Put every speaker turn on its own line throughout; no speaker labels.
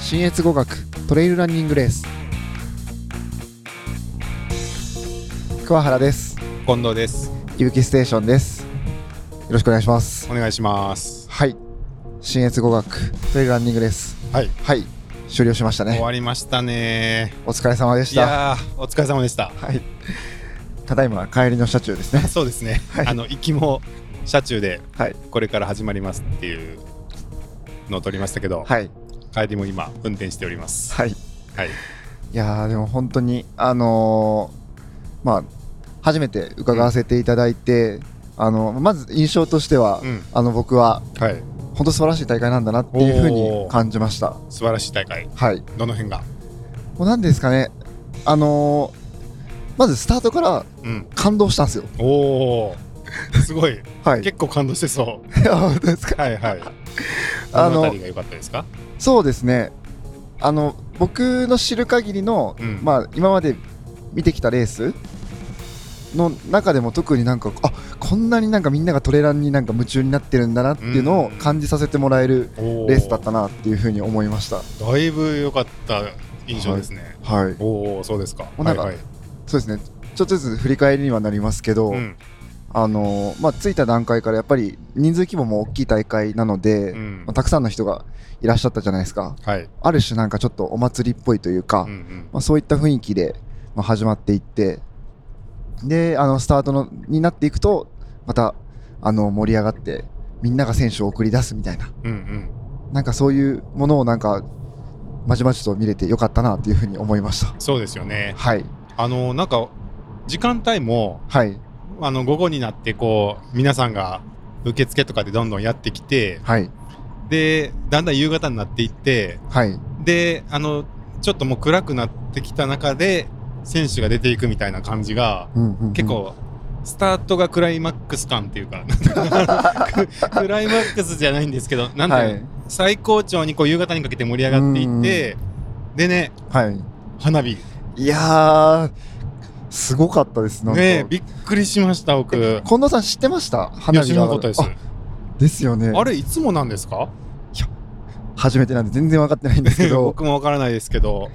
新越語学トレイルランニングレース桑原です
近藤です。
ゆうきステーションですよろしくお願いします
お願いします。
はい新越語学トレイルランニングレース
はい。
はい終了しました
終
ね
わりましたね。
お疲れ様でし
い
た
やー、お疲れ様でした。
はいただいま帰りの車中ですね
そうですね。
はい
あの行きも車中で
はい
これから始まりますっていうのを撮りましたけど、
はい
帰りも今運転しております。
はいい
はい。
やーでも本当にあのーまあ初めて伺わせていただいて、あのまず印象としては、
うん。
あの僕は
はい。
本当素晴らしい大会なんだなっていうふうに感じました。
素晴らしい大会。
はい。
どの辺が？
もう何ですかね、あのーまずスタートから
うん。
感動したんですよ。
おお。すごい。
はい。
結構感動してそう。
本当ですか。
はいはい。
あ
あ
の
のあたりが良かったですか？
そうですね。あの僕の知る限りの、
うん
まあ今まで見てきたレースの中でも特になんかあこんなになんかみんながトレランになんか夢中になってるんだなっていうのを感じさせてもらえる
おー
レースだったなっていうふうに思いました。
だいぶ良かった印象ですね。
はい。
おお、そうですか。
もうなんか
はいはい。
そうですねちょっとずつ振り返りにはなりますけど、
うん。
あのまあ、着いた段階からやっぱり人数規模も大きい大会なので、
うん
まあ、たくさんの人がいらっしゃったじゃないですか
はい。
ある種なんかちょっとお祭りっぽいというか、
うんうん。
まあ、そういった雰囲気で、まあ、始まっていってであのスタートのになっていくとまたあの盛り上がってみんなが選手を送り出すみたいな
うんうん。
なんかそういうものをなんかまじまじと見れてよかったなというふうに思いました
そうですよね。
はい
あのなんか時間帯も
はい
あの午後になってこう皆さんが受付とかでどんどんやってきて
はい
でだんだん夕方になっていって
はい
であのちょっともう暗くなってきた中で選手が出ていくみたいな感じが
うんうんうん
結構。スタートがクライマックス感っていうか ククライマックスじゃないんですけどなんて
は
いうの
い
最高潮にこう夕方にかけて盛り上がっていってでね
はい
花火
いやー、すごかったです、なんか。
ねえびっくりしました僕。
近藤さん知ってました花火
吉
が上
本
がる
です。
あですよね。
あれいつもなんですか？
初めてなんで全然分かってないんですけ ど。
僕もわからないですけど、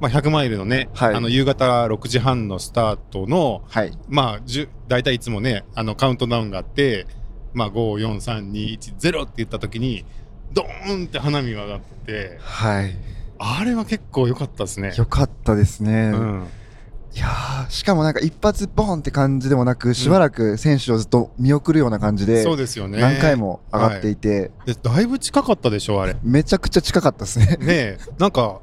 まあ100マイルのね、
はい
あの夕方6時半のスタートの
はい。
まあ10大体いつもねあのカウントダウンがあって、まあ54321って言った時にドーンって花火が上がって、
はい。
あれは結構良かったですね。
よかったですね。
うん、
いやー、しかもなんか一発ボーンって感じでもなく、しばらく選手をずっと見送るような感じで、
そうですよね。
何回も上がっていて、
でだいぶ近かったでしょあれ。
めちゃくちゃ近かったですね。
ねえなんか、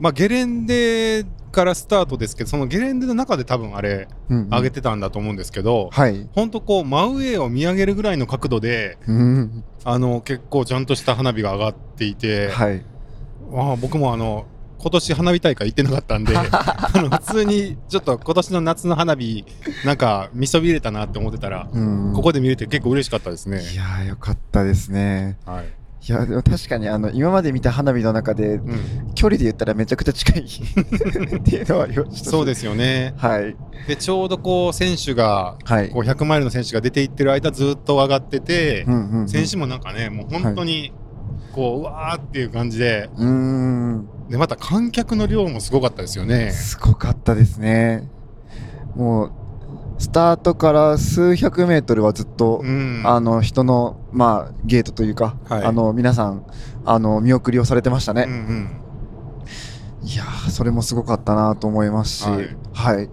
まあ、ゲレンデからスタートですけどそのゲレンデの中で多分あれ
うんうん
上げてたんだと思うんですけど、
はい。
ほんとこう真上を見上げるぐらいの角度で
うん。
あの結構ちゃんとした花火が上がっていて、
はい。
ああ僕もあの今年花火大会行ってなか ったんであの普通にちょっと今年の夏の花火なんか見そびれたなって思ってたら、
うん
ここで見れて結構嬉しかったですね。
いやー、よかったですね。
はい
いや、でも確かにあの、今まで見た花火の中で、
うん、
距離で言ったらめちゃくちゃ 近いっていうのはありましたし
そうですよね
はい
でちょうどこう選手が
はい
こう100マイルの選手が出ていってる間ずっと上がってて、
うんうんうん
選手もなんかねもう本当にこう、うわーっていう感じで
うーん
でまた観客の量もすごかったですよね。
すごかったですねもうスタートから数百メートルはずっと、
うん、
あの人のまあゲートというか、
はい
あの皆さんあの見送りをされてました
う
ね、
ん
いやーそれもすごかったなと思いますしは
はいい、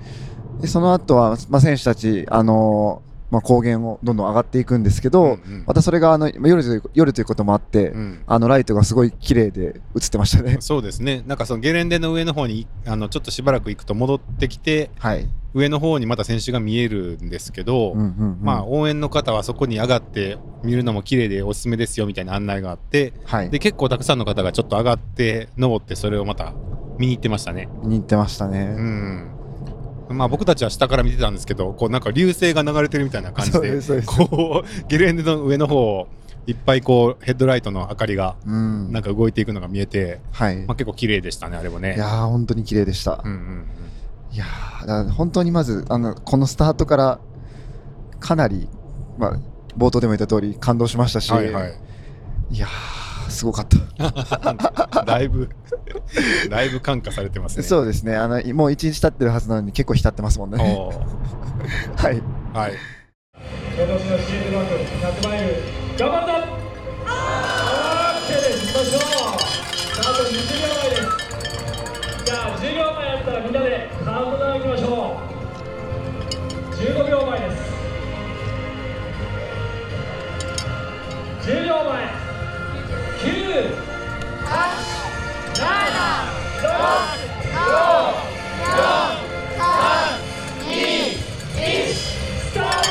でその後はまあ選手たちあのまあ高原をどんどん上がっていくんですけ
う
ど、
んうん
またそれがあの夜という夜ということもあって、
うん
あのライトがすごい綺麗で映ってましたね。
そうですねなんかそのゲレンデの上の方にあのちょっとしばらく行くと戻ってきて
はい。
上の方にまた選手が見えるんですけど、
うんうんうん
まあ、応援の方はそこに上がって見るのも綺麗でおすすめですよみたいな案内があって
はい。
で結構たくさんの方がちょっと上がって登ってそれをまた見に行ってましたね。
似てましたね。
うんまあ僕たちは下から見てたんですけどこうなんか流星が流れてるみたいな感じ
そう
で
ですそうです
こうゲレンデの上の方をいっぱいこうヘッドライトの明かりが
うん。
なんか動いていくのが見えて、
はい。い
まあ、結構綺麗でしたねあれもね。
やー本当に綺麗でした
う。んうん
いやーだから本当にまずあのこのスタートからかなりまあ冒頭でも言った通り感動しましたし、
うん、はいはい
いやあすごかった
だいぶ、だいぶ感化されてますね。
そうですねあのもう1日経ってるはずなのに結構浸ってますもんね
おー
はい
はい。
今年のシールドバッグ100マイル頑張るぞあー OK です行きましょうあと20秒前ですじゃあ10秒前やったらみんなでカウントダウンいきましょう15秒前です10秒前9 8 7 6 5 4 3 2 1スタート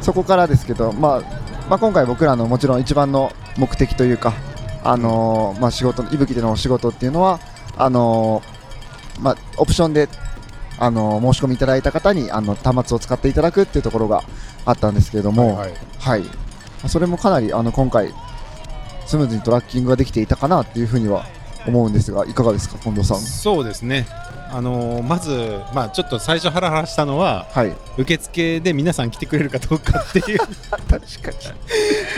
そこからですけど、まあ、まあ今回僕らのもちろん一番の目的というか、あのーまあ、仕事の息吹でのお仕事っていうのはあのーまあ、オプションで、あのー申し込みいただいた方にあの端末を使っていただくっていうところがあったんですけれども、
はいはい
はいそれもかなりあの今回スムーズにトラッキングができていたかなっていうふうには思うんですがいかがですか近藤さん。
そうですね。あのーまず、まあ、ちょっと最初ハラハラしたのは、
はい、
受付で皆さん来てくれるかどうかっていう
確かに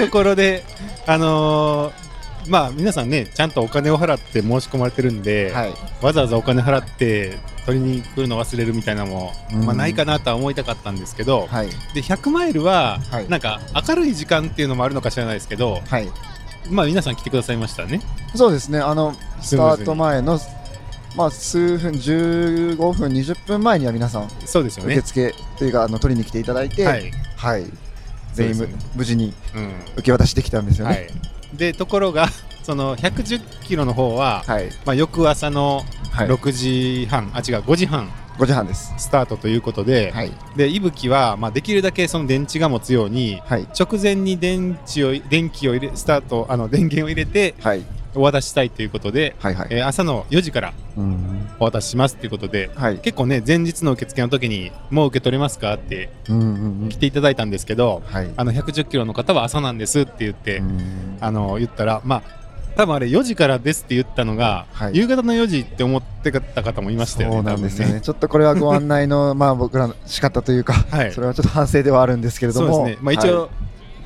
ところで、あのーまあ、皆さんね、ちゃんとお金を払って申し込まれてるんで、
はい、
わざわざお金払って取りに来るの忘れるみたいなのも、
うん
まあ、ないかなとは思いたかったんですけど、
はい、
で100マイルは、
はい
なんか明るい時間っていうのもあるのか知らないですけど、
はい、
まあ、皆さん来てくださいましたね。
そうですね、あの
ス
ス
ムー
タ
ズ
ー
に
ト前の、まあ、数分、15分、20分前には皆さん、
そうですよ
受
ね。
付というか、あの取りに来ていただいて、
は
はい、
い、
全員
そ
む、
うです
無事に
うん
受け渡しできたんですよ
は
ね。
い、でところが その110キロの方は、
はい、
まあ、翌朝の
はい、
6時半、あ違う5時半
5時半です。
スタートということで、
はい、
でいぶきは、まあ、できるだけその電池が持つように
はい、
直前に電池を電気を入れスタートあの電源を入れて
はい、
お渡ししたいということで、
はい、はい、
えー朝の4時から
うん、
お渡ししますということで
はい、
結構ね前日の受付の時にもう受け取れますかって
うん、うん、うん
来、ていただいたんですけど
はい、
あの110キロの方は朝なんですって言って、
うん
あの言ったら、まあ、多分あれ4時からですって言ったのが、
はい
夕方の4時って思ってた方もいましたよね。
そうなんですよ
多分
ね。ちょっとこれはご案内の、 まあ、僕らの仕方というか、
はい
それはちょっと反省ではあるんですけれど
そう
も。
ですね。まあ一応、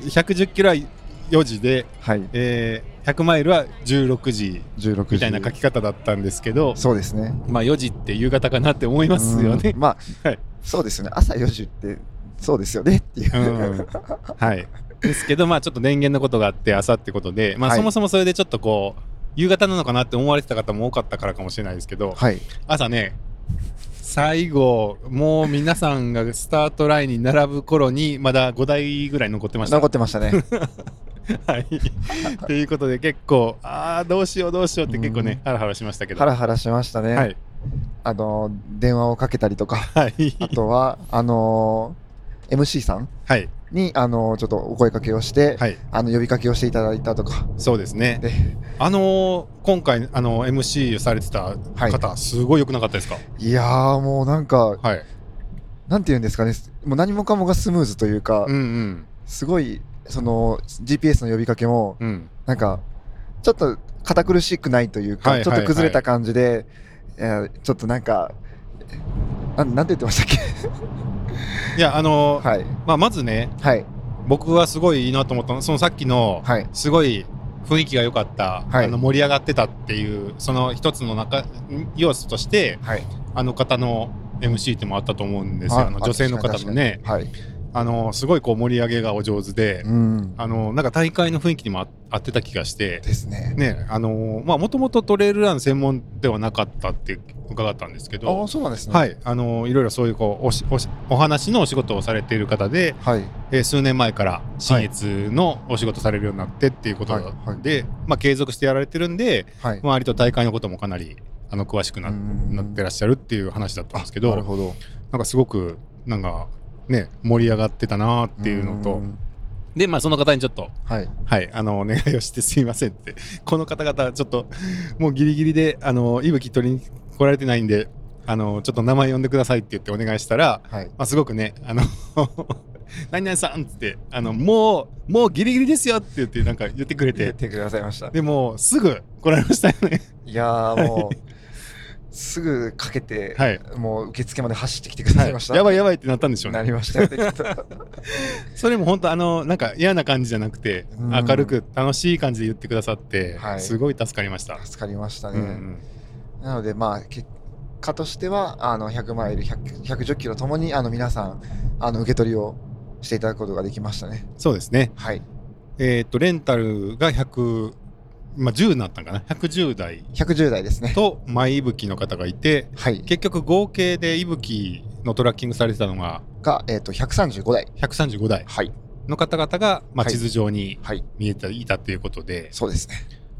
110キロは4時で、
はい、はい、
えー100マイルは16時
16時
みたいな書き方だったんですけど、
そうですね。
まあ4時って夕方かなって思いますよね
うん。まあ、
はい
そうですよね。朝4時って、そうですよねっていう。
うんはい。ですけど、まあちょっと電源のことがあって朝ってことで、まあ
はい
そもそもそれでちょっとこう、夕方なのかなって思われてた方も多かったからかもしれないですけど、
はい。
朝ね最後もう皆さんがスタートラインに並ぶ頃にまだ5台ぐらい残ってました。
残ってましたね。
はい、ということで結構ああどうしようどうしようって結構ねハラハラしましたけど。
ハラハラしましたね。
はい、
あの、電話をかけたりとか、
はい
あとは、あの MC さん
はい
に、あのちょっとお声かけをして、
はい
あの、呼びかけをしていただいたとか。
そうですね
で
あのー今回あの MC をされてた
はい
方、すごい良くなかったですか
いやー、もうなんか、
はい
なんて言うんですかね。もう何もかもがスムーズというか、
うんうん
すごい、その、GPS の呼びかけも、
うん
なんか、ちょっと堅苦しくないというか、
はい
ちょっ
は
と
いはい
崩れた感じで、えーちょっとなんか、なんなんて言ってましたっけ
いやあのー
はい。
まあまずね
はい。
僕はすごいいいなと思ったのそのさっきの、
はい。
すごい雰囲気が良かった、
はい
あの盛り上がってたっていうその一つの中要素として
はい。
あの方の MC ってもあったと思うんですよあの女性の方のね
確かに確かに
あのすごいこう盛り上げがお上手で、
はい。うん。
あのなんか大会の雰囲気にもあ合ってた気がして。
ですね。
ねあのまあ、もともとトレイルラン専門ではなかったって伺ったんですけ
ああ、
ど、
そうなんですね。
は。いあのいろいろそういうこうおしおしお話のお仕事をされている方で、
はい。
えー数年前から新越のお仕事されるようになってっていうことで、
はいはい
まあ、継続してやられてるんで、
はい。
まあ、割と大会のこともかなりあの詳しくな
うん
なってらっしゃるっていう話だったんですけど
なるほど。
なんかすごくなんかね盛り上がってたなーっていうのと
ん
で、まあ、その方にちょっと、
はい。
はい、あの、お願いをしてすみませんって、この方々、ちょっと、もうギリギリで、あの、いぶき取りに来られてないんで、あの、ちょっと名前呼んでくださいって言ってお願いしたら、
はい。
まあ、すごくね、あの、 何々さんっつって、あの、もう、もうギリギリですよって言って、なんか言ってくれ、
言っててくださいました。
でも、すぐ来られましたよね。
いやーもう、すぐかけて、
はい
もう受付まで走ってきてくださいました。
やばいやばいってなったんでしょうね
な。りましたよね、きっと
それも本当あのなんか嫌な感じじゃなくて、
うん
明るく楽しい感じで言ってくださって、
はい
すごい助かりました。
助かりました
う
ね。
んうん
なので、まあ、結果としては、あの100マイル、100 110キロともに、あの皆さん、あの受け取りをしていただくことができましたね。
そうですね。
はい。
えーっとレンタルが100まあ10になったんかな110台
110台ですね。
と前いぶきの方がいて
はい。
結局合計でいぶきのトラッキングされてたのが
が、えっ、と、135台。
135台
はい。
の方々が、まあ、
はい
地図上に
はい。
見えていたということで、
そうですね。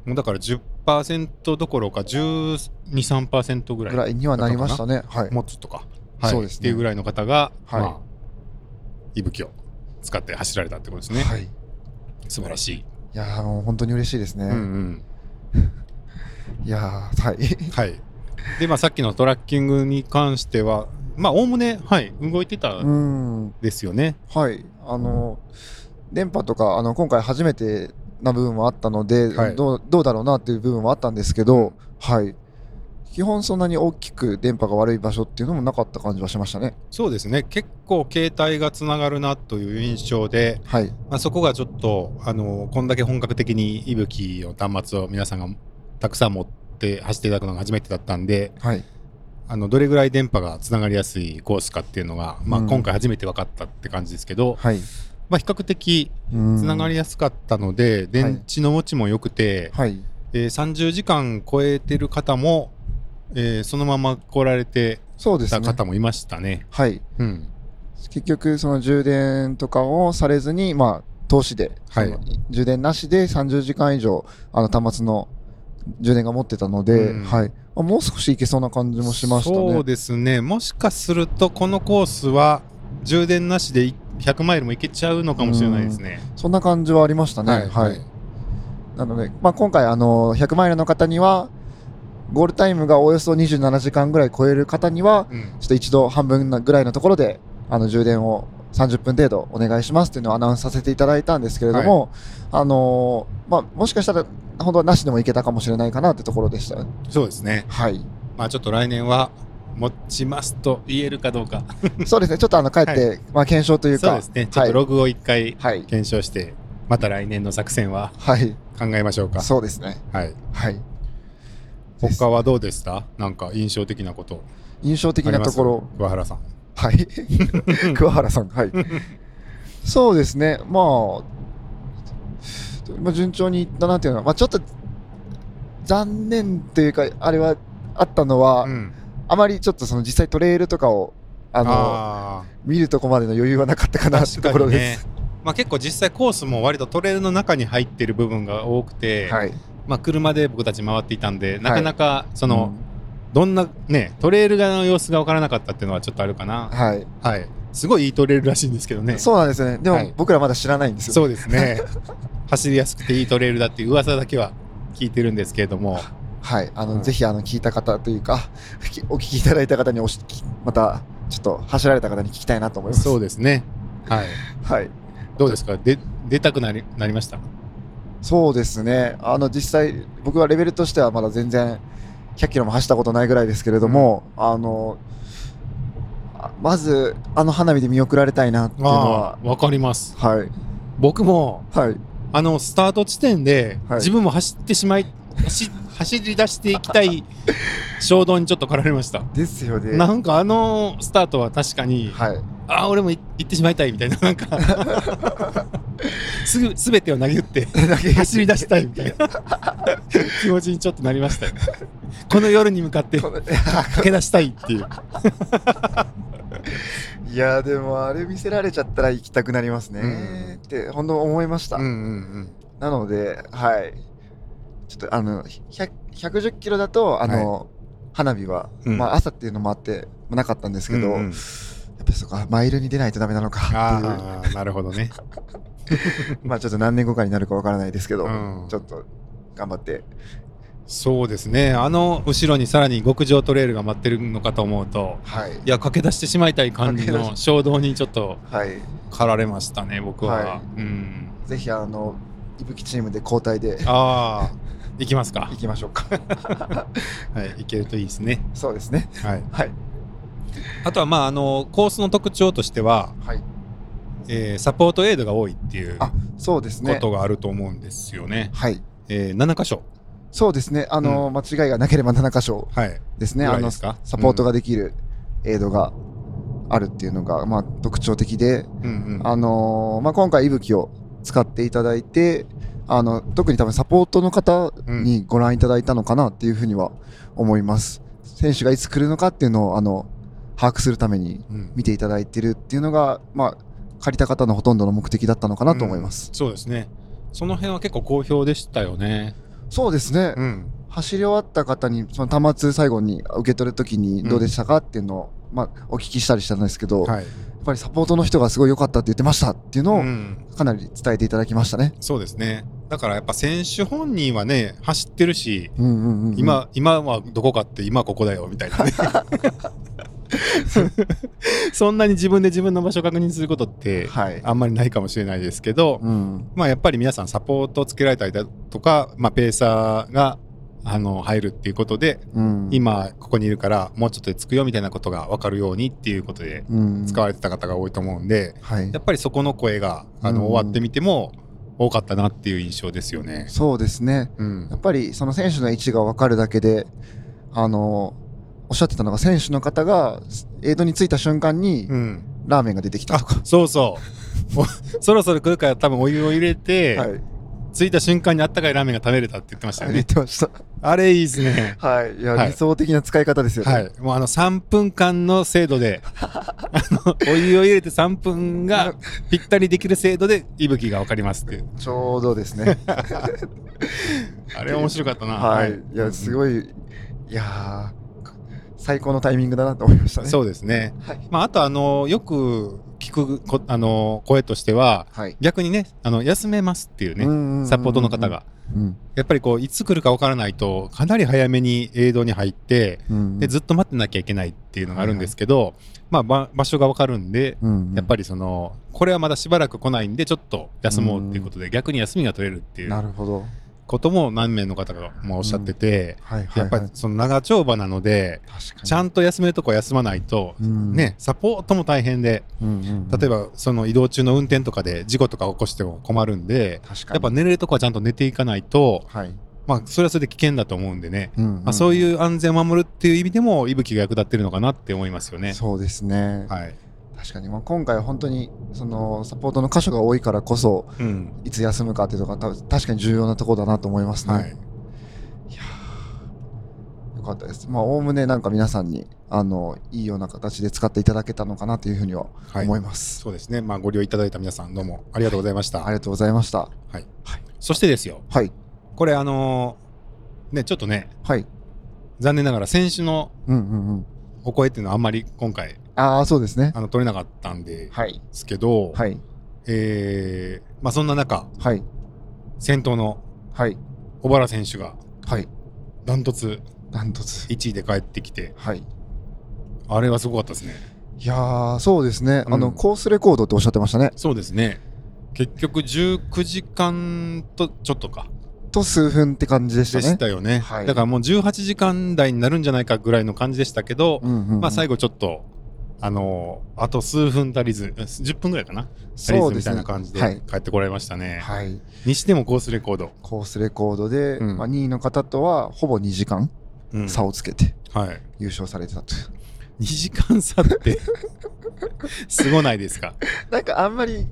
もうだから10%どころか123%ぐらい
ぐらいにはなりましたね。はい。
持つとか、
はい
そうですねっていうぐらいの方が、
はい
まあ、息吹を使って走られたってことですね、
はい。い
素晴らしい、
やーもう本当に嬉しいですね。
うんうん
いやー はい。
はいでまあ、さっきのトラッキングに関してはまあおおむね、はい、動いてた
うんん。
ですよね、
はい、あの電波とかあの今回初めてな部分もあったので、
はい
どうどうだろうなっていう部分もあったんですけど、はい、基本そんなに大きく電波が悪い場所っていうのもなかった感じはしましたね。
そうですね結構携帯がつながるなという印象で、
はい、
まあ、そこがちょっとあのこんだけ本格的に息吹の端末を皆さんがたくさん持って走っていただくのが初めてだったんで、
はい、
あのどれぐらい電波がつながりやすいコースかっていうのが、まあ、
うん
今回初めて分かったって感じですけど、
はい。
まあ、比較的
つ
つながりやすかったので、電池の持ちも良くて、
はい、
えー30時間超えてる方も、えーそのまま来られて
そうです
た
ね。
方もいましたね。
はい、
うん、
結局その充電とかをされずにまあ投資で、
はい
その充電なしで30時間以上あの端末の充電が持ってたので、
うん
はい、あもう少しいけそうな感じもしましたね。
そうですねもしかするとこのコースは充電なしで100マイルも行けちゃうのかもしれないですね。
そんな感じはありましたね。はい。なので、まあ、今回、あの、100マイルの方には、ゴールタイムがおよそ27時間ぐらい超える方には、
うん
ちょっと一度半分ぐらいのところで、あの、充電を30分程度お願いしますっていうのをアナウンスさせていただいたんですけれども、あのーまあ、もしかしたら、本当はなしでもいけたかもしれないかなってところでした。
そうですね
はい。
まあちょっと来年は持ちますと言えるかどうか。
そうですね。ちょっとあの、帰って、まあ、検証という
そう
か
で、すね。ちょ
は
っ
い
とログを一回
はい。
検証して、また来年の作戦は
はい。
考えましょうか。
そうですね。
はい。
はい。です
他はどうでしたなんか印象的なこと。
印象的なところ、
桑原さん。
はい。 桑原さん、はい。そうですね、まあ、まあ、順調にいったなというのは、まあ、ちょっと残念というか、あれはあったのは、
うん。
あまりちょっとその実際トレイルとかをあの
あ
見るとこまでの余裕はなかったかなって
ー
ところです。。
まあ結構実際コースも割とトレイルの中に入ってる部分が多くて、
はい、
まあ車で僕たち回っていたんで、なかなかそ
あ
の、どんなね、トレイル側の様子が分からなかったっていうのはちょっとあるかな。
はい、
はい。すごいいいトレイルらしいんですけどね。
そうなんですよね。でも、
はい
僕らまだ知らないんですよ。
そうですね。 走りやすくていいトレイルだっていう噂だけは聞いてるんですけれども、
はい、あの、
うん
ぜひあの聞いた方というか、 きお聞きいただいた方におしまたちょっと走られた方に聞きたいなと思います。
そうですね。はい。
はい。
どうですか。で出たくなりなりました。
そうですね、あの実際、僕はレベルとしてはまだ全然100キロも走ったことないぐらいですけれども、あのあまず、あの花火で見送られたいなっていうのは、
わかります。
はい、
僕も
はい、
あのスタート地点で、
はい
自分も走ってしまい走走り出していきたい衝動にちょっと駆られました。
ですよね。
なんかあのスタートは確かに、
はい、
ああ俺もい行ってしまいたいみたいななんかすぐすべてを投げ打って走り出したいみたいな気持ちにちょっとなりましたよね。この夜に向かって
この
駆け出したいっていう。
いやでもあれ見せられちゃったら行きたくなりますねって本当思いました、
うん
なのではいちょっとあの100 110キロだとあの、花火は、
うん
まあ、朝っていうのもあってなかったんですけど、
うんうん
やっぱりそこはマイルに出ないとダメなのかっていう
ああなるほどね。
まあちょっと何年後かになるかわからないですけど、
うん
ちょっと頑張って
そうですね、あの後ろにさらに極上トレイルが待ってるのかと思うと、
はい
いや、駆け出してしまいたい感じ
駆け
の衝動にちょっと
はい
駆られましたね、僕は。
は
うん、
ぜひあのいぶきチームで交代で
ああ、行きますか
行。きましょうか
はい、行けるといいですね。
そうですね
はい、
はい
あとは、まあ、あのコースの特徴としては、
はい
えーサポートエイドが多いっていうこ
あそうですね
とがあると思うんですよね。
はい
えー、7箇所、
そうですねあの、間違いがなければ7箇所
はい、
ですね
ぐ
あ
らいで
の
すか
サポートができるエイドがあるっていうのが、まあ、特徴的で、
うんうん、
あのーまあ、今回、いぶきを使っていただいて、あの特に多分サポートの方にご覧いただいたのかなっていうふうには思います。選手がいつ来るのかっていうのをあの把握するために
うん
見ていただいてるっていうのが、まあ、借りた方のほとんどの目的だったのかなと思います。
そうですね。その辺は結構好評でしたよね。
そうですね、
ん、
走り終わった方に、その端末最後に受け取るときにどうでしたかっていうのを、まあ、お聞きしたりしたんですけど、や
はい。
っぱりサポートの人がすごい良かったって言ってましたっていうのを
うん、
かなり伝えていただきましたね。
そうですね。だからやっぱ選手本人はね走ってるし、
うんうんうんうん
今、今はどこかって今はここだよみたいな ね。そんなに自分で自分の場所を確認することって
はい。
あんまりないかもしれないですけど、
うん。
まあやっぱり皆さんサポートをつけられたりだとか、まあペーサーがあの入るっていうことで、
うん、
今ここにいるからもうちょっとで着くよみたいなことが分かるようにっていうことで
うん、
使われてた方が多いと思うんで、
はい
や。っぱりそこの声があの、
うん
終わってみても多かったなっていう印象ですよね。
そうですね。
うん
や、っぱりその選手の位置が分かるだけで、あの、おっしゃってたのが選手の方がエイドに着いた瞬間に
うん、
ラーメンが出てきた
あ
とか。
そうそう。おそろそろ来るから多分お湯を入れて、
はい。
着いた瞬間にあったかいラーメンが食べれたって言ってましたよ
言っ
ね。
てました。
あれいいですね。
はい。いや、
はい
理想的な使い方ですよね。
はい、もうあの3分間の制度であのお湯を入れて3分がぴったりできる制度で息吹が分かりますっていう
ちょうどですね。
あれ面白かったな
はい。いや、すごい、いやー最高のタイミングだなと思いましたね。
そうですね、
はい
まあ、あとあのよく聞くこあの声としては
はい。
逆にねあの休めますってい
う
う
んう
ね
んうんうん
サポートの方。が
うん。
やっぱりこういつ来るか分からないとかなり早めに映像に入って
うん、
でずっと待ってなきゃいけないっていうのがあるんですけど、まあば場所が分かるんで
うんうん、
やっぱりそのこれはまだしばらく来ないんでちょっと休もうっていうことで逆に休みが取れるってい
な
う
るほど。
ことも何名の方がまあおっしゃってて、
はいはい、はい。
やっぱりその長丁場なので
確かに
ちゃんと休めるとこは休まないと
うん
ね、サポートも大変で、
うんうんうん
例えばその移動中の運転とかで事故とか起こしても困るんで、
確かに
やっぱ寝れるとこはちゃんと寝ていかないと、
はい、
まあ、それはそれで危険だと思うんでね、
うんうん
まあ、そう
う
いう安全を守るっていう意味でも、いぶきが役立ってるのかなって思いますよね。
そうですね、
はい
確かに、まあ、今回は本当にそのサポートの箇所が多いからこそ
うん
いつ休むかっていうのが多分確かに重要なところだなと思いますね、
はい
よかったですまあおおむねなんか皆さんにあのいいような形で使っていただけたのかなというふうには
はい
思います、
そうですね、まあ、ご利用いただいた皆さん、どうもありがとうございました。
ありがとうございました
そしてですよ、
はい
これ、あのーね、ちょっとね、
はい
残念ながら選手の
うんうんうん
お声っていうのは、あんまり今回、
ああそうですね
あの取れなかったんで
はい
すけど、
はい
えーまあ、そんな中、
はい
先頭の
はい
小原選手が
はい
ダントツ
ダントツ
1位で帰ってきて、
はい
あれはすごかったですね。
いやーそうですね、あ
う
の
ん
コースレコードっておっしゃってましたね
そうですね。結局19時間とちょっとか
と数分って感じでした
で
ね
したよね。
はい
だからもう18時間台になるんじゃないかぐらいの感じでしたけど、
うんうんうん
まあ最後ちょっと、あのーあと数分足りず、え10分ぐらいかな、足りずみたいな感じ
は
で
い、
帰ってこられましたね。
はい、
にしてもコースレコード。
コースレコードで、
うん
まあ、2位の方とはほぼ2時間
うん
差をつけて
はい。
優勝されてたと、
2時間差って、 すごない ですか。
なんかあんまり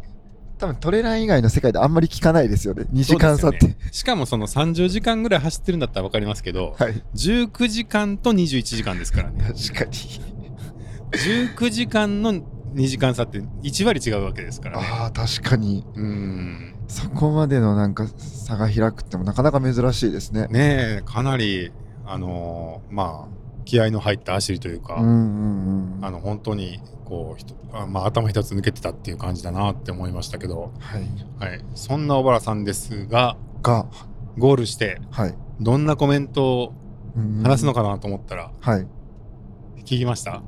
多分トレラン以外の世界であんまり聞かないですよね2時間差って、
そうですよねしかもその30時間ぐらい走ってるんだったら分かりますけど、
はい
19時間と21時間ですからね
確かに
19時間の2時間差って1割違うわけですからね
ああ確かに
うん
そこまでのなんか差が開くってもなかなか珍しいですね
ねえかなりあのーまあ気合いの入った走りというか、
うんうんうん
あの本当にこうひとあ、まあ、頭一つ抜けてたっていう感じだなって思いましたけど、
はい
はい、そんな小原さんですが
が
ゴールして
はい
どんなコメントを
うんうん
話すのかなと思ったら、
はい
聞きました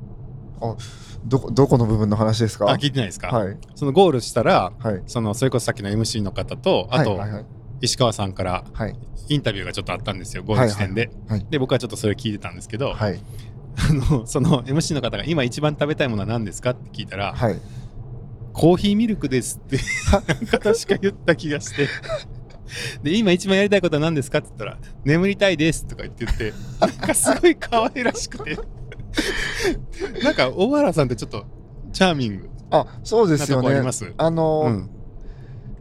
どこどこの部分の話ですか
あ聞いてないですか、
はい
そのゴールしたら
はい
そのそれこそさっきの MC の方とあと
はいはい
石川さんから
はい
インタビューがちょっとあったんですよゴール地点で、
はいはい
で僕はちょっとそれ聞いてたんですけど、
はい
あのその MC の方が今一番食べたいものは何ですかって聞いたら、
はい
コーヒーミルクですって確か言った気がしてで今一番やりたいことは何ですかって言ったら眠りたいですとか言っててなんかすごい可愛らしくてなんか小原さんってちょっとチャーミング
あそうで
な
す
と
よ
こあり
ね
ます
あの
う
ー
ん、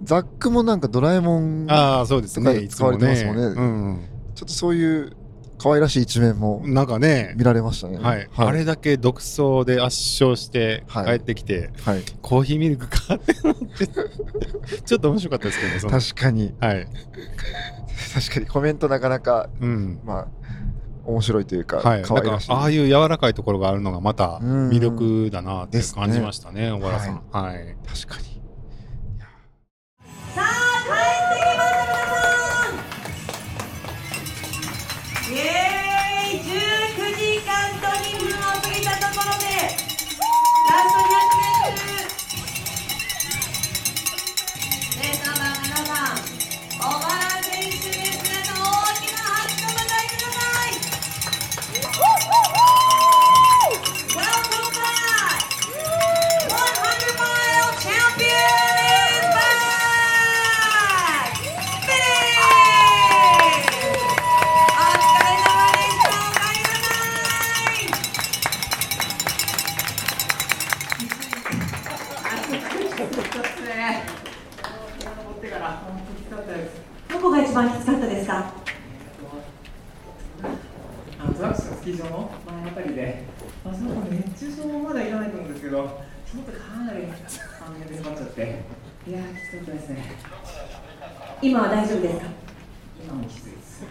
ザックもなんかドラえもんちょ
ああそうです
と
ね
かで
いつもね
使われてますもんね
う
っ
ん
とそういう可愛らしい一面も
うん、なんかね
見られましたね
はい、あれだけ独走で圧勝して帰
はい
ってきて、
はい
コーヒーミルクかって思って ちょっと面白かったですけどねその
確かに
はい
確かにコメントなかなか
うん
まあ面白いというか
はい、
可
なん
愛
から
しい
ああいう柔らかいところがあるのがまた
うん
魅力だなって
ですね
感じましたね、小原さん。はい、
確かに
さあ帰ってきます皆さんイエーイ19時間と2分を過ぎたところでラスト 100m 皆様皆さん小原選手です皆さん大きな拍手をお迎えくださいさあ今回100 mile champion is back! Finish! お疲れ様でしたおかえりなさいどこが一番きつかったですか
あのトラックスのスキー場の前あたりで、あその子熱中症まだいらないと思うんですけど、ちょっとかなりあの熱が詰まっちゃって、いやー、きつかったですね。
今は大丈夫ですか
今もきついです。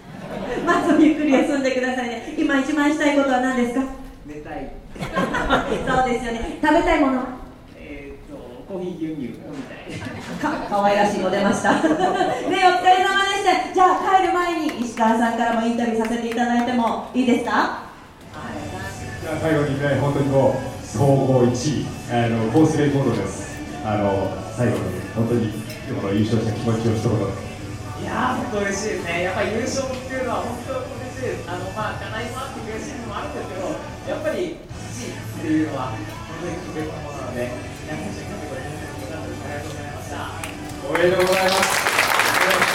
まずゆっくり休んでくださいね今一番したいことは何ですか
寝たい。
そうですよね食べたいもの
えー、っと、コーヒー牛乳飲みたい。
か可愛らしいの出ました ねお疲れ様でしたじゃあ帰る前に石川さんからもインタビューさせていただいてもいいですか
じゃあ最後にね、本当にもう総合1位、あのコースレコードです。あの最後に本当に今日の優勝した気持ちを一言。
いやー、本当嬉しいですね。やっぱり優勝っていうのは本当嬉しいです。あの、まあ、課題もあって悔しいのもあるんですけど、やっぱり1位っていうのは、本当に特別なものなので、いや、本当に勝ってこれ、本当に良かったですありがとうございました。
おめでとうございます。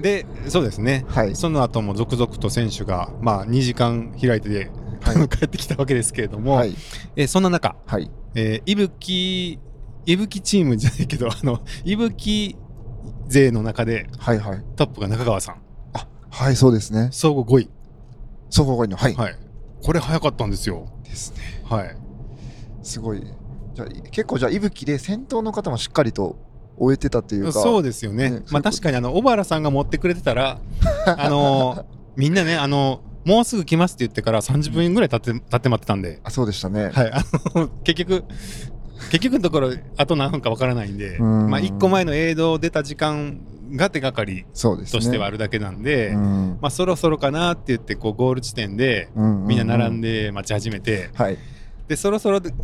でそうですね、
はい
その後も続々と選手が、まあ、2時間開いてで、
はい
帰ってきたわけですけれども、
はい
えーそんな中、
はい
えー、いぶきいぶきチームじゃないけどあのいぶき勢の中で
はいはい
トップが中川さん
あはいそうですね
総合5位、
そこがいいのはい
はい、これ早かったんですよ。
ですね
はい、
すごいじゃあ結構じゃあいぶきで先頭の方もしっかりと終えてたというか
そうですよね、
ね
まあ、確かにあの小原さんが持ってくれてた ら、あのみんなねあの、もうすぐ来ますって言ってから30分ぐらい経って経って待ってたんで、
あそうでしたね
はい、あの結局、結局のところ、あと何分かわからないんで、
うん
まあ、1個前の映像出た時間が手がかり
そうですね
としてはあるだけなんで、
うん
まあ、そろそろかなって言ってこう、ゴール地点で
うん
みんな並ん
で
で待ち始めて。
はい
でそろそろで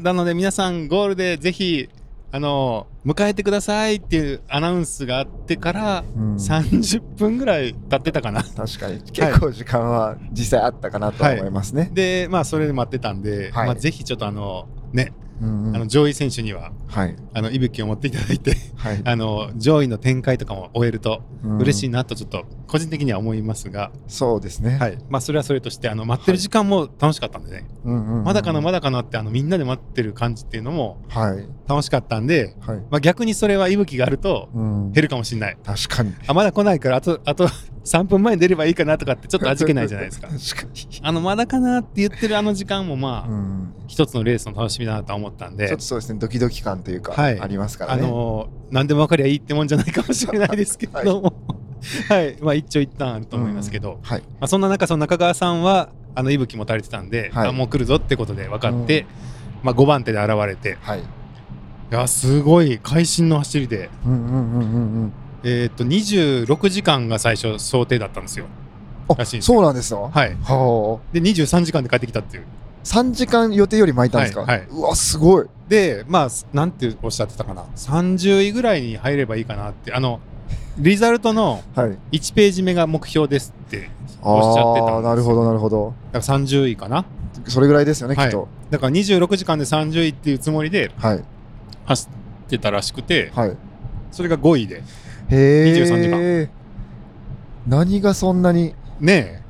なので皆さんゴールでぜひあの迎えてくださいっていうアナウンスがあってから
うん
30分ぐらい経ってたかな
確かに結構時間は実際あったかなとは思いますね
でまあそれで待ってたんで、
はい
まあ、ぜひちょっとあのね、
うんうん
あの上位選手には
はい
あの息吹を持っていただいて
はい
あの上位の展開とかも終えると
うん
嬉しいなとちょっと個人的には思いますが、
そうですね
はいまあ、それはそれとしてあの待ってる時間も楽しかったんでね、ま
ま
だかなまだかなってあのみんなで待ってる感じっていうのも
はい
楽しかったんで、
はい
まあ、逆にそれは息吹があると
うん
減るかもしれない。
確かに
あまだ来ないからあとあと 3分前に出ればいいかなとかってちょっと味気ないじゃないですか
確かに。
あのまだかなって言ってるあの時間もまあ、
うん。
一つのレースの楽しみだなとは思ったん
ちょ
で
っとそうですね、ドキドキ感というか、
はい
ありますから
あ
ね。
のー何でも分かりゃいいってもんじゃないかもしれないですけれども、 はい、まあ一長一短あると思いますけど、ま
はい。
あそんな中、その中川さんは、あの、息吹も垂れてたんで、
はい
あもう来るぞってことで分かって、まあ5番手で現れて、
はい。
いや、すごい、会心の走りで、
うんうんうんうんうん。
えーっと、26時間が最初想定だったんですよ。ら
あ、
しいんです
そうなんですよ。
はい。
はあ。
で、23時間で帰ってきたっていう。
3時間予定より巻いたんですか、
はいはいう
わ、すごい。
で、まあ、なんておっしゃってたかな。30位ぐらいに入ればいいかなって、あの、リザルトの
はい。
1ページ目が目標ですって、おっしゃってたんです
ああ、なるほど、なるほど。
だから30位かな。
それぐらいですよね、き
はい
っと。
だから26時間で30位っていうつもりで
はい。
走ってたらしくて、
はい。
それが5位で。
へえ。
23時間
何がそんなに
ね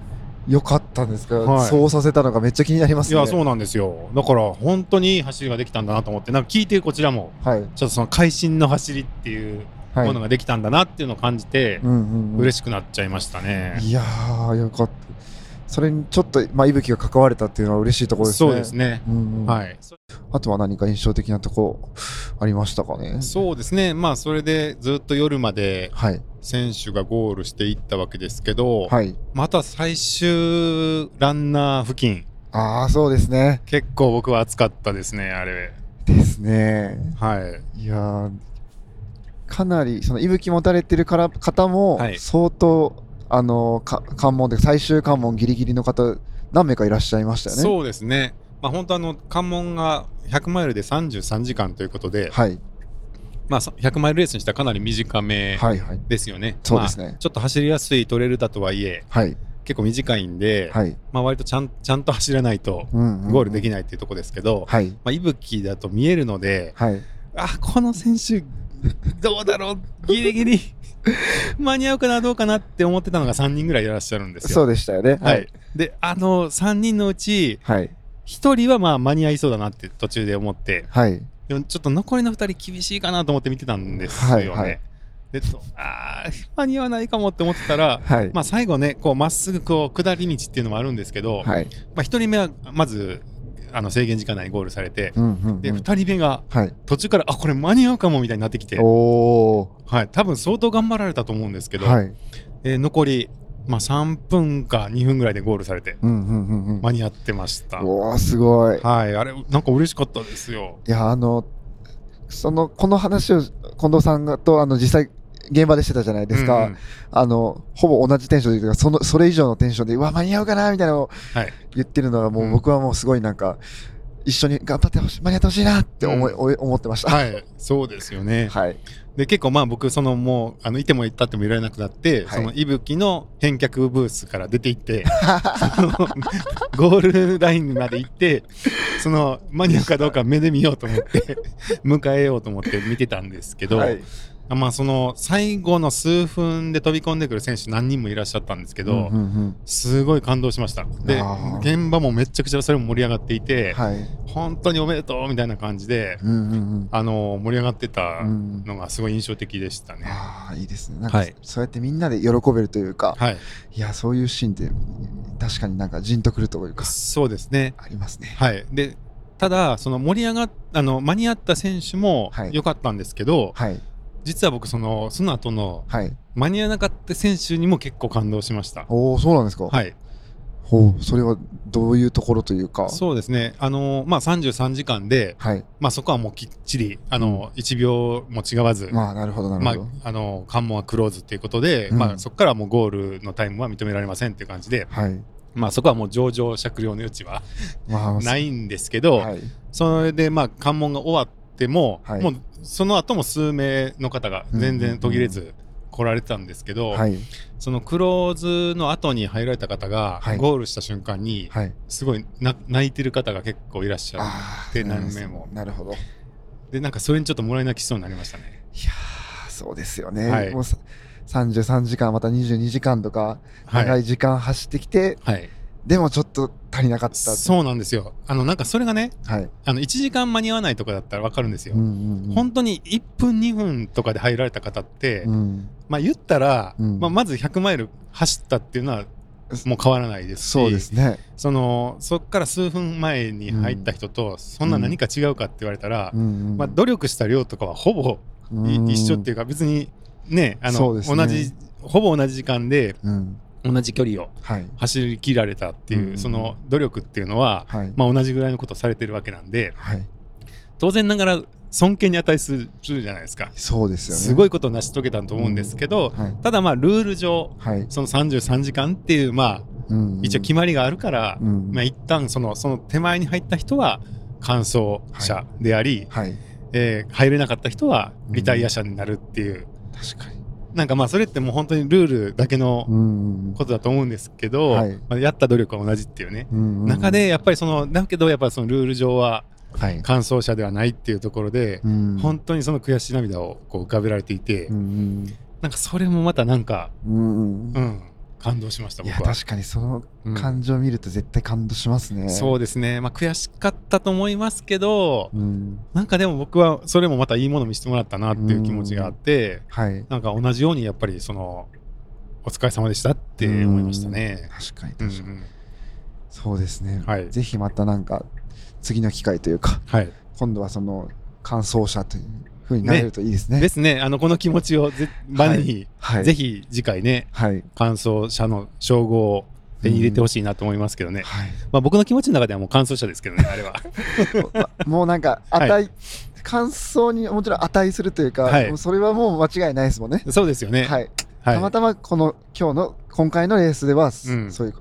良かったんですか、
はい
そうさせたのがめっちゃ気になりま
え。
す
い
ね。
や、そうなんですよ。だから、本当にいい走りができたんだなと思って、なんか聞いてこちらも、
はい。
ちょっとその会心の走りっていう
はい。
ものができたんだなっていうのを感じて、
うんうんうん、
嬉しくなっちゃいましたね。
いやー、よかった。それにちょっと、まあ、いぶきが関われたっていうのは嬉しいところですね。
そうですね。
うんうん
はい。
あとは何か印象的なとこありましたかね。
そうですね。まあ、それでずっと夜まで
はい。
選手がゴールしていったわけですけど、
はい。
また最終ランナー付近、
ああ、そうですね。
結構僕は熱かったですね、あれ。
ですね。
はい。
いやーかなり、その、いぶき持たれてるから方も
は、い
相当、あのーか、関門で、最終関門ギリギリの方、何名かいらっしゃいましたよね。
そうですね。まあ、本当あの関門が100マイルで33時間ということで、
はい。
まあ、そ100マイルレースにしたらかなり短め
はいはい。
ですよね。
そうですね
まあちょっと走りやすいトレイルだとはいえ
はい。
結構短いんで、
はい。
まあ、割とちゃんちゃんと走らないと
うんうん
ゴールできないっていうところですけど、
はい。
まあ、息吹だと見えるので
はい。
あこの選手どうだろうギリギリ 間に合うかなどうかなって思ってたのが3人ぐらいいらっしゃるんです
そ
よ。
うでしたよね。
はい。であの3人のうち
はい。
1人はまあ間に合いそうだなって途中で思って
はい。
でもちょっと残りの2人厳しいかなと思って見てたんですよね。
はいはい
でとあー間に合わないかもって思ってたら、
はい。
まあ、最後ねこうまっすぐこう下り道っていうのもあるんですけど、
はい。
まあ、1人目はまずあの制限時間内にゴールされて、
うんうんうん
で2人目が
はい。
途中からあこれ間に合うかもみたいになってきて、
おー。
はい、多分相当頑張られたと思うんですけど、
はい。
えー残り、まあ、3分か2分ぐらいでゴールされて
うんうんうんうん。
間に合ってました。
おー、すごい。
はい、あれなんか嬉しかったですよ。
いや、あの、その、この話を近藤さんがと、あの、実際、現場でしてたじゃないですか、
うんうん
あのほぼ同じテンションでいうかそのそれ以上のテンションでうわ間に合うかなみたいなのを
はい
言ってるのがもう、
うん
僕はもうすごいなんか一緒に頑張ってほしい間に合ってほしいなって思い、
うん
おい思ってました。
はい、そうですよね。
はい、
で結構まあ僕そのもうあのいてもいたってもいられなくなっ
は
て、
い
そのいぶきの返却ブースから出て行って そのゴールラインまで行ってその間に合うかどうか目で見ようと思って 迎えようと思って見てたんですけど、
はい
まあその最後の数分で飛び込んでくる選手何人もいらっしゃったんですけど、
うんうん
すごい感動しましたで
あー
現場もめっちゃくちゃそれも盛り上がってい
うん
て、
はい
本当におめでとうみたいな感じで、
うんうんうん
あの盛り上がってた
うん
のがすごい印象的でしたね。
ああいいですねなんか、
はい
そうやってみんなで喜べるというか、
はい、
い、やそういうシーンって確かになんかじんとくるというか
そうですね。
ありますね
はい、で、ただ、その盛り上がっあの間に合った選手も
はい
良かったんですけど、
はい
実は僕その、その後の
はい
間に合わなかった選手にも結構感動しました。
おおそうなんですか、
はい、
ほうそれはどういうところというか
そうですね、あのまあ、33時間で、
はい
まあ、そこはもうきっちりあの、1秒も違わず、ま
まあなるほどなる
あ
ほど、
あの関門はクローズということで、
うん
まあ、そこからはもうゴールのタイムは認められませんっていう感じで、
はい
まあ、そこはもう上場酌量の余地は
まあ
ないんですけど、
はい、
それでまあ関門が終わっても、
はい
もうその後も数名の方が全然途切れず来られてたんですけど、
はい、
そのクローズの後に入られた方が
はい
ゴールした瞬間に
はい、
すごいな泣いてる方が結構いらっしゃ
あ
で何名も
なるほど、いや
るでなんかそれにちょっともらい泣きしそうになりましたね。
ーそうですよね、
はい
もうさ33時間、また22時間とか、
は
長
い、
い時間走ってきて、
はい
でもちょっと足りなかった。
そうなんですよあのなんかそれがね
はい。
あの1時間間に合わないとかだったら分かるんですよ、
うんうんうん
本当に1分2分とかで入られた方って、
うん
まあ言ったら、
うん
まあ、まず100マイル走ったっていうのはもう変わらないですし
そうですね。
そのそっから数分前に入った人と、そんな何か違うかって言われたら、まあ、努力した量とかはほぼい一緒って
い
いうか別にねあ
そう
の
ですね
同じほぼ同じ時間で
うん。うん
同じ距離を
はい。
走り切られたっていう、
うん
その努力っていうのは、
はい。
まあ、同じぐらいのことをされてるわけなんで
はい。
当然ながら尊敬に値するじゃないですか
そうですよね。
すごいことを成し遂げたと思うんですけど、
はい。
ただまあルール上
はい。
その33時間っていうまあ
うんうん
一応決まりがあるから、
うん
まあ、一旦そのその手前に入った人は完走者であり、
はい。
えー入れなかった人はリタイア者になるっていう、
確かに。
なんかまあそれってもう本当にルールだけの
うん
ことだと思うんですけど、
はい
まあやった努力は同じっていうね、
うん。
中、でやっぱりそのだけどやっぱそのルール上は
はい。
完走者ではないっていうところで、本当にその悔し涙をこう浮かべられていて、
うん
なんかそれもまたなんか、
うんうん。
う
うん
ん、感動しました
いや、
僕は。
確かにその
うん
感情を見ると絶対感動しますね。
そうですね、まあ、悔しかったと思いますけど、
うん。
なんかでも僕はそれもまたいいもの見せてもらったなっていう気持ちがあって、
はい。
なんか同じようにやっぱりそのお疲れ様でしたって思いましたね。
確かに、
うんう
確かに。
ん
そうですね。
はい
ぜひまたなんか、次の機会というか、
はい、
今度はその、感想者というふうになれるといいですね。
ですねあのこの気持ちをぜバネに、
はい。
ぜ
ひ。
ひ次回ね
はい。
感想者の称号を手に入れてほしいなと思いますけどね、
はい。
まあ、僕の気持ちの中ではもう感想者ですけどねあれ は
もう なんか
はい
値、感想にもちろん値するというか、
はい
もうそれはもう間違いないですもんね。
そうですよね、
はい、
はい
たまたまこの今日の今回のレースでは、
ん
そういう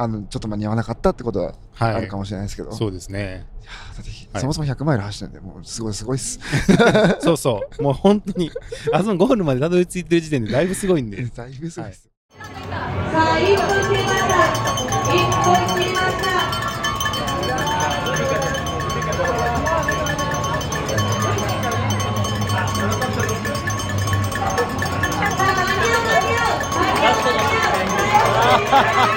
あのちょっと間に合わなかったってことは
はい
あるかもしれないですけど、
そうですね
いやーだってひ
はい
そもそも100マイル走ってるんでもうすごいすごいっ す。
そうそうもう本当にあそのゴールまでたどり着いてる時点でだいぶすごいんで
だいぶすごいっす。
さあ、一分切りました。一分切りました。さあ、間に合う、間に合う、間に合う、間に合う。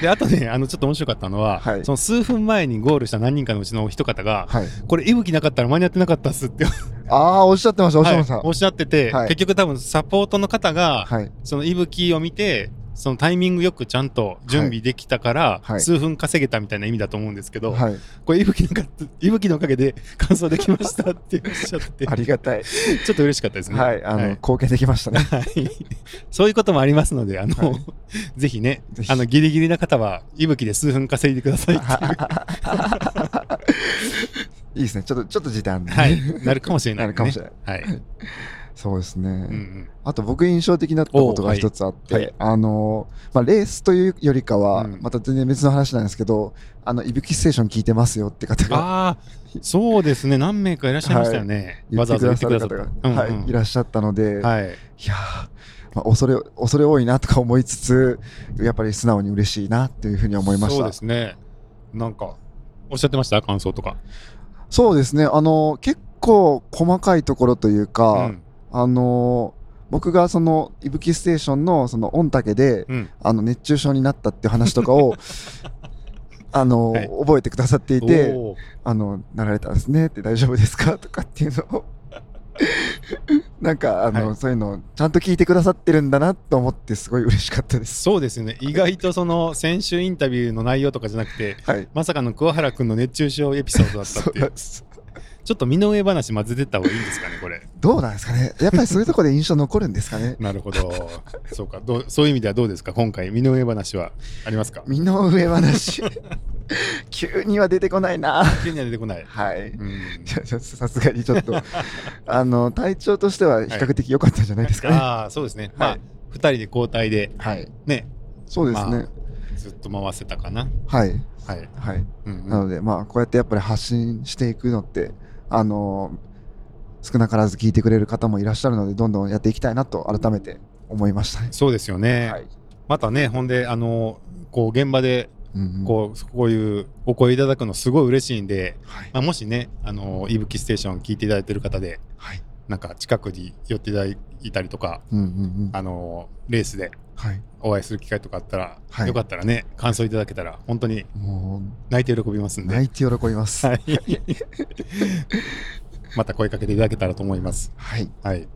であとねあのちょっと面白かったのは、
はい
その数分前にゴールした何人かのうちのお一方が、
はい、
これ息吹なかったら間に合ってなかったっすって
ああーおっしゃってましたおっしゃってました。
はいおっしゃってて、
はい
結局多分サポートの方が、
はい
その息吹を見てそのタイミングよくちゃんと準備できたから、
はい
数分稼げたみたいな意味だと思うんですけど、
はい、
これ息吹なんか息吹のおかげで 完走できましたっておっしゃって
ありがたい、
ちょっと嬉しかったですね。
はいあの
はい
貢献できましたね。
はいそういうこともありますので、あの、
はい
ぜひね
ぜ、ひ
あの、ギリギリな方は、息吹で数分稼いでくださいっていう
いいですねちょっとちょっと時短で、
はい、なるかもしれない、
なるかもしれない。
ない。はい。
そうですね。
うん
あと僕印象的だったこと
おうは
が
い
一つあって、
はい
あのーまあ、レースというよりかは、
うん
また全然別の話なんですけど「あのいぶきステーション」聞いてますよって方
うん、
が
ああ、そうですね、何名かいらっしゃいましたよね。
言
わ
っ
ざ
て
わ
く
ざ言
だ
って
さ
くだ
る
さっ
方
た。
が、
うん
はい
うん
いらっしゃったので、い、
はい。
やー、まあ、恐れ恐れ多いなとか思いつつやっぱり素直に嬉しいなっていうふうに思いました
そうですね。なんか、おっしゃってました感想とか。
そうですねあのー結構細かいところというか、
うん。
あのー僕がそのいぶきステーションのその御嶽で、
うん
あの熱中症になったっていう話とか をあの、
はい
覚えてくださっていて
おー
あのなられたんですねって大丈夫ですかとかっていうのを なんかあの、
はい
そういうのをちゃんと聞いてくださってるんだなと思ってすごい嬉しかったです。
そうですよね。意外とその、先週インタビューの内容とかじゃなくて、
はい、
まさかの桑原君の熱中症エピソードだった
そ
っ
う
てい
なん
う
で。す
ちょっと身の上話混ぜてった方がいいんですかね、これ。
どうなんですかねやっぱりそういうところで印象残るんですかね
なるほど。 そうかどう。そういう意味ではどうですか、今回、身の上話はありますか
身の上 話急には出てこないな
急には出てこない。
はい
うん
いやちょっとさすがにちょっとあの体調としては比較的良かったんじゃないですかね。は
ああ、そうですね。ま
は
あ
い、
2人で交代で、
い、
ね、
そうですね。
ずっと回せたかな。
はい
はい。
はい。
うん
なのでまあこうやってやっぱり発信していくのってあのー少なからず聞いてくれる方もいらっしゃるのでどんどんやっていきたいなと改めて思いましたね。
そうですよね。
はい。
ままたね、ほんで、あのこう現場で
うんうん
こうこういうお声いただくのすごい嬉しいんで、
はい
まあ、もしね、あのいぶきステーション聞いていただいてる方で、
はい
なんか近くに寄っていただいたりとか、
うんうんうん
あのレースで
はい
お会いする機会とかあったら、
はい
よかったらね、感想いただけたら、本当に
も
泣いて喜びます
うん
で、
泣いて喜びます
はいまた声かけていただけたらと思います。
はい
はい、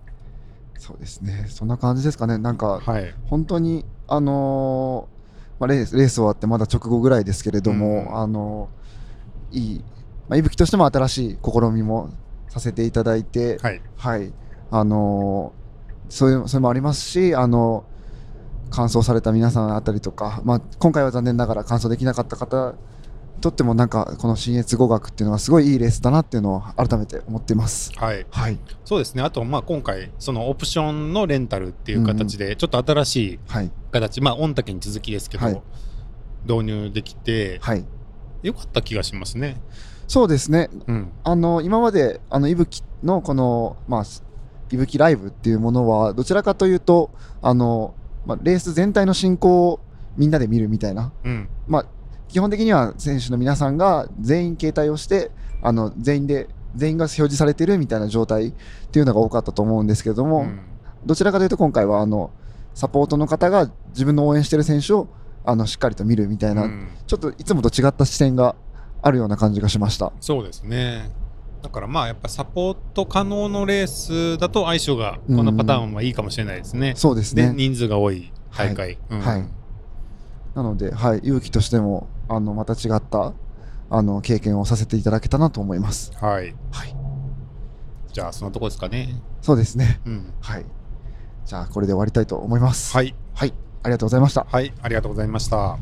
そうですねそんな感じですかねなんか
はい、
本当にあのーまあ、レースレース終わってまだ直後ぐらいですけれども、
うん
あのーいい、まあ、いぶきとしても新しい試みもさせていただいて、
はい、
はいあのーそういうそれもありますし、あの完走された皆さんあたりとか、まあ、今回は残念ながら完走できなかった方にとってもなんかこの信越語学っていうのはすごいいいレースだなっていうのを改めて思っています。
はい。
はい、
そうですね。あと、まあ、今回、そのオプションのレンタルっていう形で、ちょっと新しい
はい、
形、まあ、御嶽に続きですけど、
はい
導入できて、
はい、
よかった気がしますね。
そうですね。
うん。
あの今まであのいぶきのこのまあいぶきライブっていうものはどちらかというとあの、まあ、レース全体の進行をみんなで見るみたいな
うん。
基本的には選手の皆さんが全員携帯をしてあの全員で全員が表示されてるみたいな状態っていうのが多かったと思うんですけれども、
うん
どちらかというと今回はあのサポートの方が自分の応援してる選手をあのしっかりと見るみたいな、
うん
ちょっといつもと違った視点があるような感じがしました。
そうですね。だからまあやっぱサポート可能のレースだと相性がこのパターンはいいかもしれないですね。
そうです
で
ね
人数が多い大会。うん
はいなので、はい、勇気としてもあのまた違ったあの経験をさせていただけたなと思います。
はい。
はい、
じゃあそのとこですかね。
そうですね。
うん。
はい。じゃあこれで終わりたいと思います。
はい。
はい、ありがとうございました。
はい。ありがとうございました。